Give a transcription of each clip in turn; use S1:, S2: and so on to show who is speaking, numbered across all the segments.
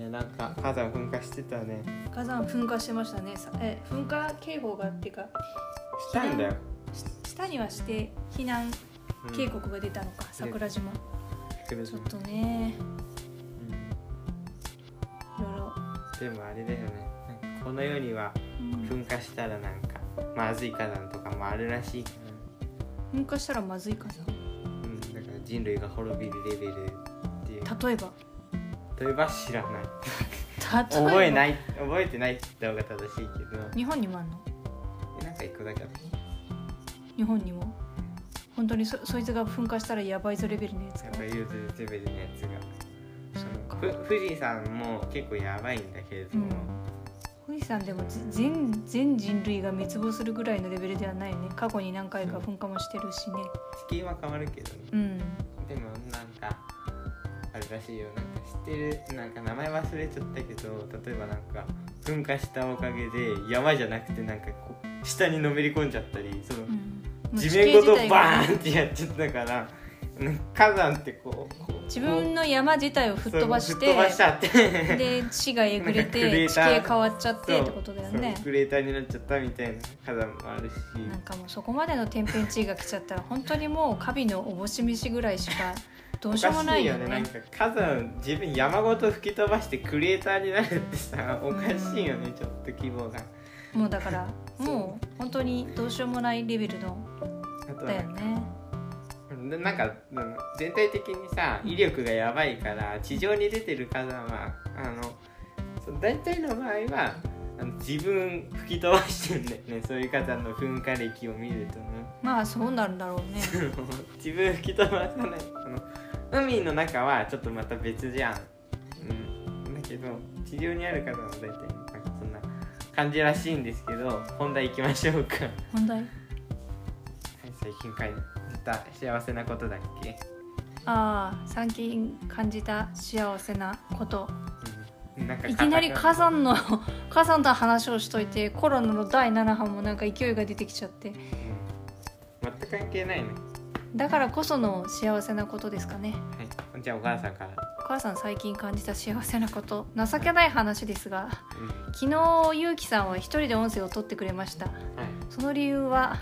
S1: 火山噴火してたね
S2: 火山噴火してましたねさえ噴火警報がっていうか
S1: したんだよ
S2: し下にはして避難
S1: うん
S2: 警告が出たのか、桜島
S1: 桜
S2: ちょっ
S1: 島
S2: とね
S1: うん
S2: いろいろ、
S1: でもあれだよねなんかこの世には
S2: うん
S1: 噴火したらなんかまずい火山とかもあるらしいから
S2: 噴火したらまずい火山
S1: うん、だから人類が滅びるレベルっていう
S2: 例えば
S1: 例えば知らない
S2: 例えば
S1: 覚えない覚えてない動画正しいけど
S2: 日本にもあるの
S1: えなんか一個だけあった
S2: 日本にも本当にそそいつが噴火したらやばいぞレベルのやつ
S1: や
S2: が
S1: っぱユーズレベルのやつがそ
S2: か
S1: のふ富士山も結構やばいんだけれど
S2: う
S1: も
S2: ん、富士山でもぜ全全人類が滅亡するぐらいのレベルではないよね過去に何回か噴火もしてるしね
S1: 地球は変わるけどね
S2: うん
S1: でもなんかあれらしいよなんか知ってるなんか名前忘れちゃったけど例えばなんか噴火したおかげで山じゃなくてなんかこう下にのめり込んじゃったりその、
S2: うん
S1: 地面ごとバ
S2: ン
S1: ーンってやっちゃったからうん火山ってこうこう
S2: 自分の山自体を吹っ飛ばし
S1: そう吹って飛ばしちゃって
S2: で地がえぐれ
S1: なんかクレ
S2: て
S1: ー
S2: 地
S1: ター
S2: 形変わっちゃってってことだよね
S1: そうクレーターになっちゃったみたいな火山もあるし
S2: なんかもうそこまでの天変地異が来ちゃったら本当にもうカビのおぼし飯ぐらいしかどうしようもないよね
S1: おかしいなんか火山自分山ごと吹き飛ばしてクレーターになるってさおかしいよねちょっと規模が
S2: もうだからもう本当にどうしようもないレベルの
S1: あとは
S2: だよね
S1: ななんかうん全体的にさ威力がやばいから地上に出てる火山はあのそう大体の場合はあの自分吹き飛ばしてるんだよねそういう火山の噴火歴を見るとね
S2: まあそうなるんだろうね
S1: 自分吹き飛ばさないあの海の中はちょっとまた別じゃん、うん、だけど地上にある火山は大体なんかそんな感じらしいんですけど本題行きましょうか はい
S2: 本題
S1: 最近感じた幸せなことだっけ、
S2: ああ最近感じた幸せなこと
S1: うん、なんか
S2: いきなり
S1: 硬く
S2: 火山の火山の話をしといてコロナの第7波もなんか勢いが出てきちゃって
S1: うん全く関係ないね。
S2: だからこその幸せなことですかね
S1: はい。じゃあお母さんから。
S2: お母さん最近感じた幸せなこと情けない話ですが
S1: うん
S2: 昨日ゆうきさんは一人で音声を取ってくれました
S1: はい
S2: その理由は
S1: はい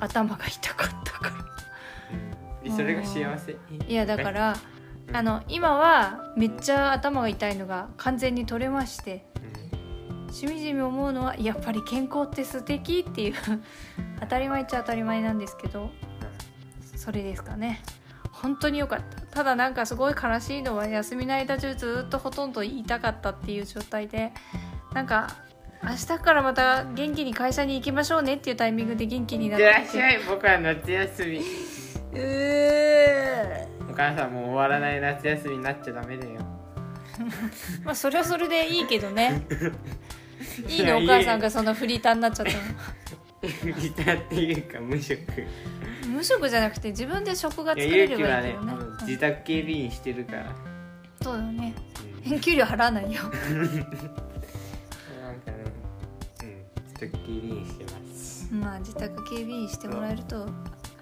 S2: 頭が痛かったから
S1: うんそれが幸せ。
S2: いやだか。ら
S1: うん
S2: あの今はめっちゃ頭が痛いのが完全に取れまして
S1: うん
S2: しみじみ思うのはやっぱり健康って素敵っていう 当たり前っちゃ当たり前なんですけどそれですかね本当に良かったただなんかすごい悲しいのは休みの間中ずっとほとんど痛かったっていう状態でなんか明日からまた元気に会社に行きましょうねっていうタイミングで元気に
S1: い
S2: な
S1: っ
S2: って
S1: ら
S2: て
S1: っ
S2: き
S1: してゃい。僕は夏休み。
S2: うー
S1: お母さんもう終わらない夏休みになっちゃダメだよ。
S2: まあそれはそれでいいけど ねいい
S1: いや
S2: の
S1: い
S2: お
S1: い
S2: 母さんがそのフリーターになっちゃったの
S1: ギターっていうか無職。い
S2: 無職じゃなくて自分で職が
S1: や
S2: 作れ
S1: 勇
S2: れ
S1: 気
S2: ば
S1: はい
S2: い
S1: ね
S2: けど
S1: あ
S2: ね
S1: の自宅警備員してるから。
S2: うんそうだよね
S1: うん
S2: 給料払わないよ
S1: なんかね。うん自宅警備員してます。
S2: まあ自宅警備員してもらえると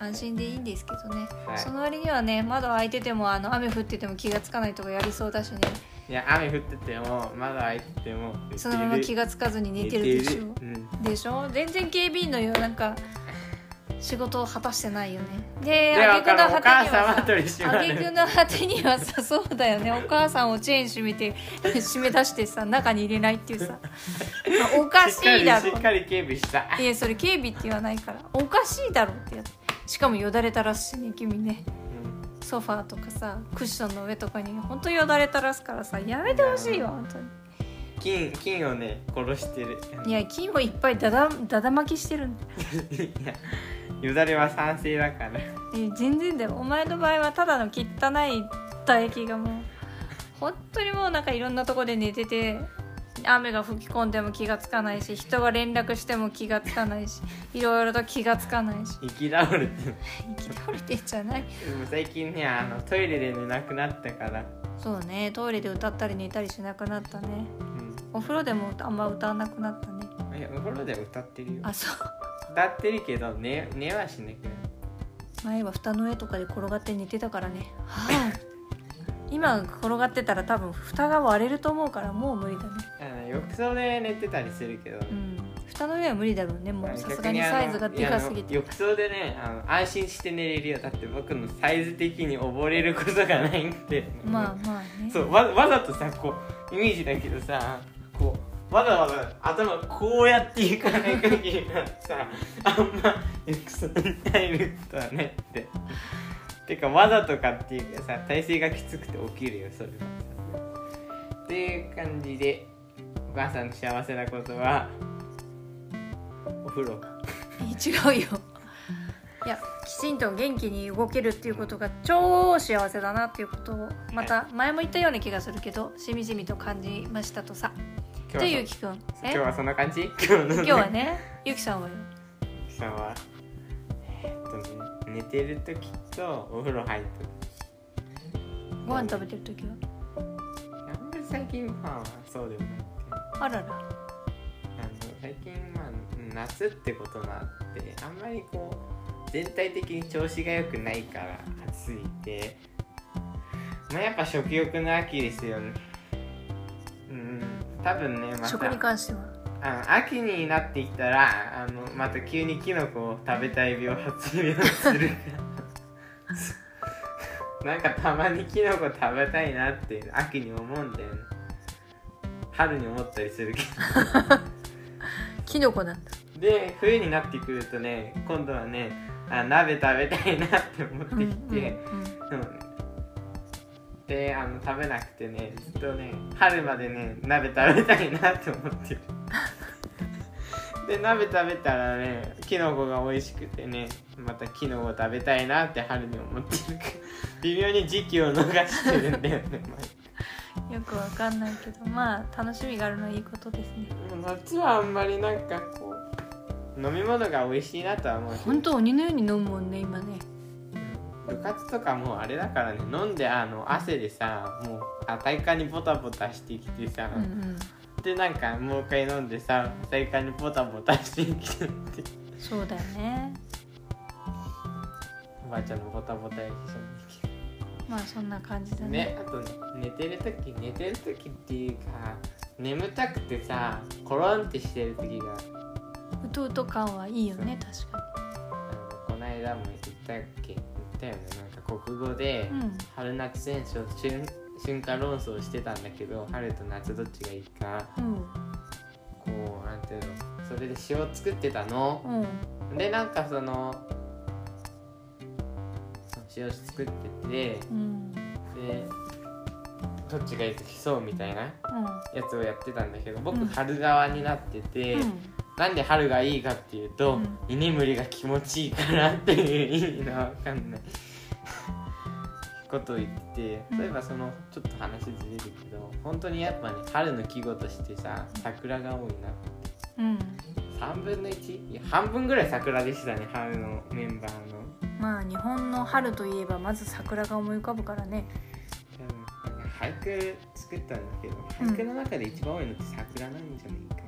S2: 安心でいいんですけどね、
S1: はい
S2: その割にはね窓開いててもあの雨降ってても気がつかないとかやりそうだしね
S1: いや雨降ってても窓開いてても。
S2: そのまま気がつかずに寝てるでしょ
S1: 寝てるうん
S2: でしょ全然警備員のようなんか仕事を果たしてないよねで
S1: で
S2: 挙句の果
S1: お母
S2: てに
S1: さんは
S2: はさ
S1: 取り締ま
S2: 挙句
S1: る
S2: の果てにはさそうだよねお母さんをチェーン閉めて閉め出してさ中に入れないっていう さ、まあおかしいだ
S1: しっ
S2: ろ
S1: かり警備した
S2: いやそれ警備って言わないからおかしいだろってやつしかもよだれたらすしね君ねソファーとかさクッションの上とかにほんとよだれたらすからさやめてほしいわ本当に
S1: 金金をね殺してる
S2: いや金をいっぱいだだだだ巻きしてるんだよ
S1: いやよだれは酸性だから
S2: いや全然だよお前の場合はただの汚い唾液がもう本当にもうなんかいろんなとこで寝てて雨が吹き込んでも気がつかないし人が連絡しても気がつかないしいろいろと気がつかないし
S1: 生き倒れてる
S2: 生き倒れてんじゃない
S1: でも最近ねあのトイレで寝なくなったから、
S2: そうねトイレで歌ったり寝たりしなくなったね
S1: う
S2: お風呂でもあんま歌わなくなったね
S1: ん、いやお風呂では歌ってるよ
S2: あそう
S1: 歌ってるけど寝寝はしなくなる
S2: 前は蓋の上とかで転がって寝てたからねは今転がってたら多分蓋が割れると思うからもう無理だね
S1: あの浴槽で寝てたりするけど、
S2: うん蓋の上は無理だろうねも
S1: あ
S2: う
S1: の
S2: さすがにサイズがでかすぎ
S1: 逆
S2: て
S1: にあのいやあの浴槽でねあの安心して寝れるよだって僕のサイズ的に溺れることがないんで
S2: まあまあね
S1: そうわわざとさこうイメージだけどさこうわざわざ頭こうやっていかない限りは さあんま浴槽に入ることはないっててかわざとかっていうかさ体勢がきつくて起きるよそれはさっていう感じでお母さんの幸せなことはお風呂
S2: 違うよいやきちんと元気に動けるっていうことが超幸せだなっていうことをまた前も言ったような気がするけどしみじみと感じましたとさ
S1: 今
S2: と
S1: 日
S2: ゆう
S1: は
S2: きくん
S1: 今
S2: え
S1: 日はそんな感じ今日の
S2: 今日はねゆきさんはよ
S1: ゆきさんはえーっと寝てる時とお風呂入る時
S2: ご飯食べてる時は
S1: あんまり最近まあそうでもなくてあ
S2: あらら
S1: の最近まあ夏ってこともあってあんまりこう全体的に調子が良くないから暑いてまあやっぱ食欲の秋ですよねうん多分ねま
S2: 食に
S1: た
S2: 関しては
S1: あの秋になってきたらあのまた急にキノコを食べたい病発病する なんかたまにキノコ食べたいなって秋に思うんだよね春に思ったりするけ
S2: キノコなんだ
S1: どで冬になってくるとね今度はねあ鍋食べたいなって思ってきて、
S2: うんうん
S1: うんであの食べなくてねずっとね春までね鍋食べたいなって思って るで鍋食べたらねキノコが美味しくてねまたキノコ食べたいなって春に思ってるから微妙に時期を逃してるんだよね
S2: うんよくわかんないけどまあ楽しみがあるのはいいことですね
S1: もう夏はあんまりなんかこう飲み物が美味しいなとは思うけど
S2: 本当鬼のように飲むもんね今ね
S1: 部活とかもうあれだからね飲んであの汗でさもうあ体幹にボタボタしてきてさ、
S2: うんうん
S1: でなんかもう一回飲んでさ体幹にボタボタしてきてって
S2: そうだよね
S1: おばあちゃんのボタボタやきそうに来て
S2: まあそんな感じだね
S1: ねあとね寝てる時寝てる時っていうか眠たくてさコロンってしてる時が
S2: うとうと感はいいよね確か
S1: あのこの間も言ったっけ言ったよねなんか国語で、
S2: にうん
S1: 春夏戦争瞬瞬間論争してたんだけど春と夏どっちがいいか
S2: うん
S1: こうなんていうのそれで詩を作ってたの。
S2: うん
S1: でなんかそのその塩作っててで
S2: うん
S1: どっちがいいか競うみたいな
S2: う
S1: やつをやってたんだけど僕、
S2: うん
S1: 春側になってて、
S2: ん
S1: なんで春がいいかっていうと、
S2: うん
S1: 居眠りが気持ちいいからっていう意味のわかんないことを言って
S2: う
S1: て
S2: ん
S1: そういえばそのちょっと話ずれるけど本当にやっぱね春の季語としてさ桜が多いな
S2: うん
S1: 3分の1いや半分ぐらい桜でしたね春のメンバーの。
S2: まあ日本の春といえばまず桜が思い浮かぶからね
S1: 多分俳句作ったんだけど
S2: うん
S1: 俳句の中で一番多いのって桜なんじゃないか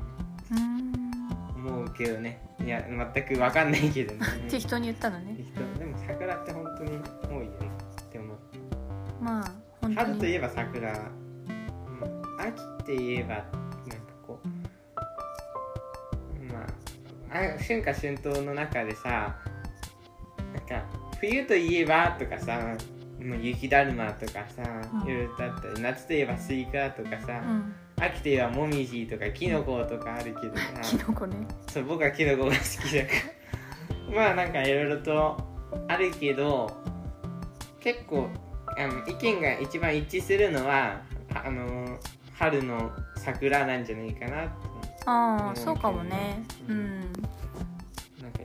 S2: うーん
S1: な、思うけどねいや全くわかんないけどね
S2: 適当に言ったのね
S1: 適当でも桜って本当に多いよねって思う
S2: まあ本当
S1: 春とい
S2: に
S1: えば桜、うん、秋って言えばなんかこうまああ春夏春冬の中でさなんか冬といえばとかさもう雪だるまとかさ
S2: うん
S1: いろいろとあったり夏といえばスイカとかさ、
S2: うん
S1: 秋といえばもみじとかきのことかあるけど
S2: キ
S1: さ
S2: ノコね
S1: そう僕はきのこが好きだから まあなんかいろいろとあるけど結構あの意見が一番一致するのはああの春の桜なんじゃないかなって
S2: ああそうかもねう
S1: う
S2: ん
S1: んなんか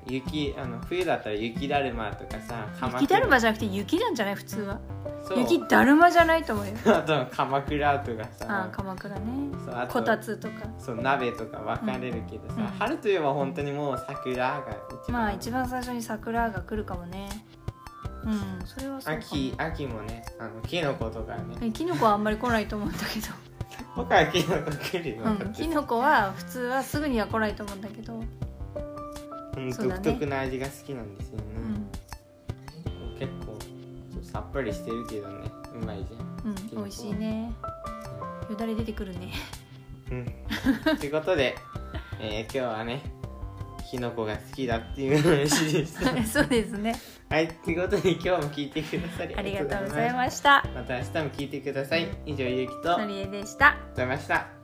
S1: 雪あの冬だったら雪だるまとかさ
S2: 雪だるまじゃなくて雪なんじゃない普通は
S1: そう
S2: 雪だるまじゃないと思うよ
S1: あと鎌倉とか
S2: ああ
S1: さ
S2: 鎌倉ね
S1: そうあと
S2: こたつとか
S1: そう鍋とか分かれるけどさ、
S2: うん
S1: 春といえば本当にもう桜が一番
S2: まあ一番最初に桜が来るかもねうんそれはそうかも
S1: 秋秋もねあのキノコとかね、
S2: えキノコはあんまり来ないと思うんだけ
S1: 僕はキノコ来る
S2: ど、
S1: よ、だ
S2: う
S1: っ
S2: ん、
S1: て
S2: キノコは普通はすぐには来ないと思うんだけど、
S1: うん
S2: そうだね
S1: 独特な味が好きなんですよね
S2: う、ん、
S1: 結構そうさっぱりしてるけどねうまいじゃん
S2: うん
S1: き
S2: 美
S1: のこ
S2: 味しいねよだれ出てくる ね
S1: うんということで、えー今日はねきのこが好きだっていう話 でした
S2: そうですね
S1: はいということで今日も聞いてくださり
S2: ありがとうござい
S1: す
S2: ました
S1: また明日も聞いてください以上ゆうきとあ
S2: の
S1: りがとう
S2: りえでした
S1: ございました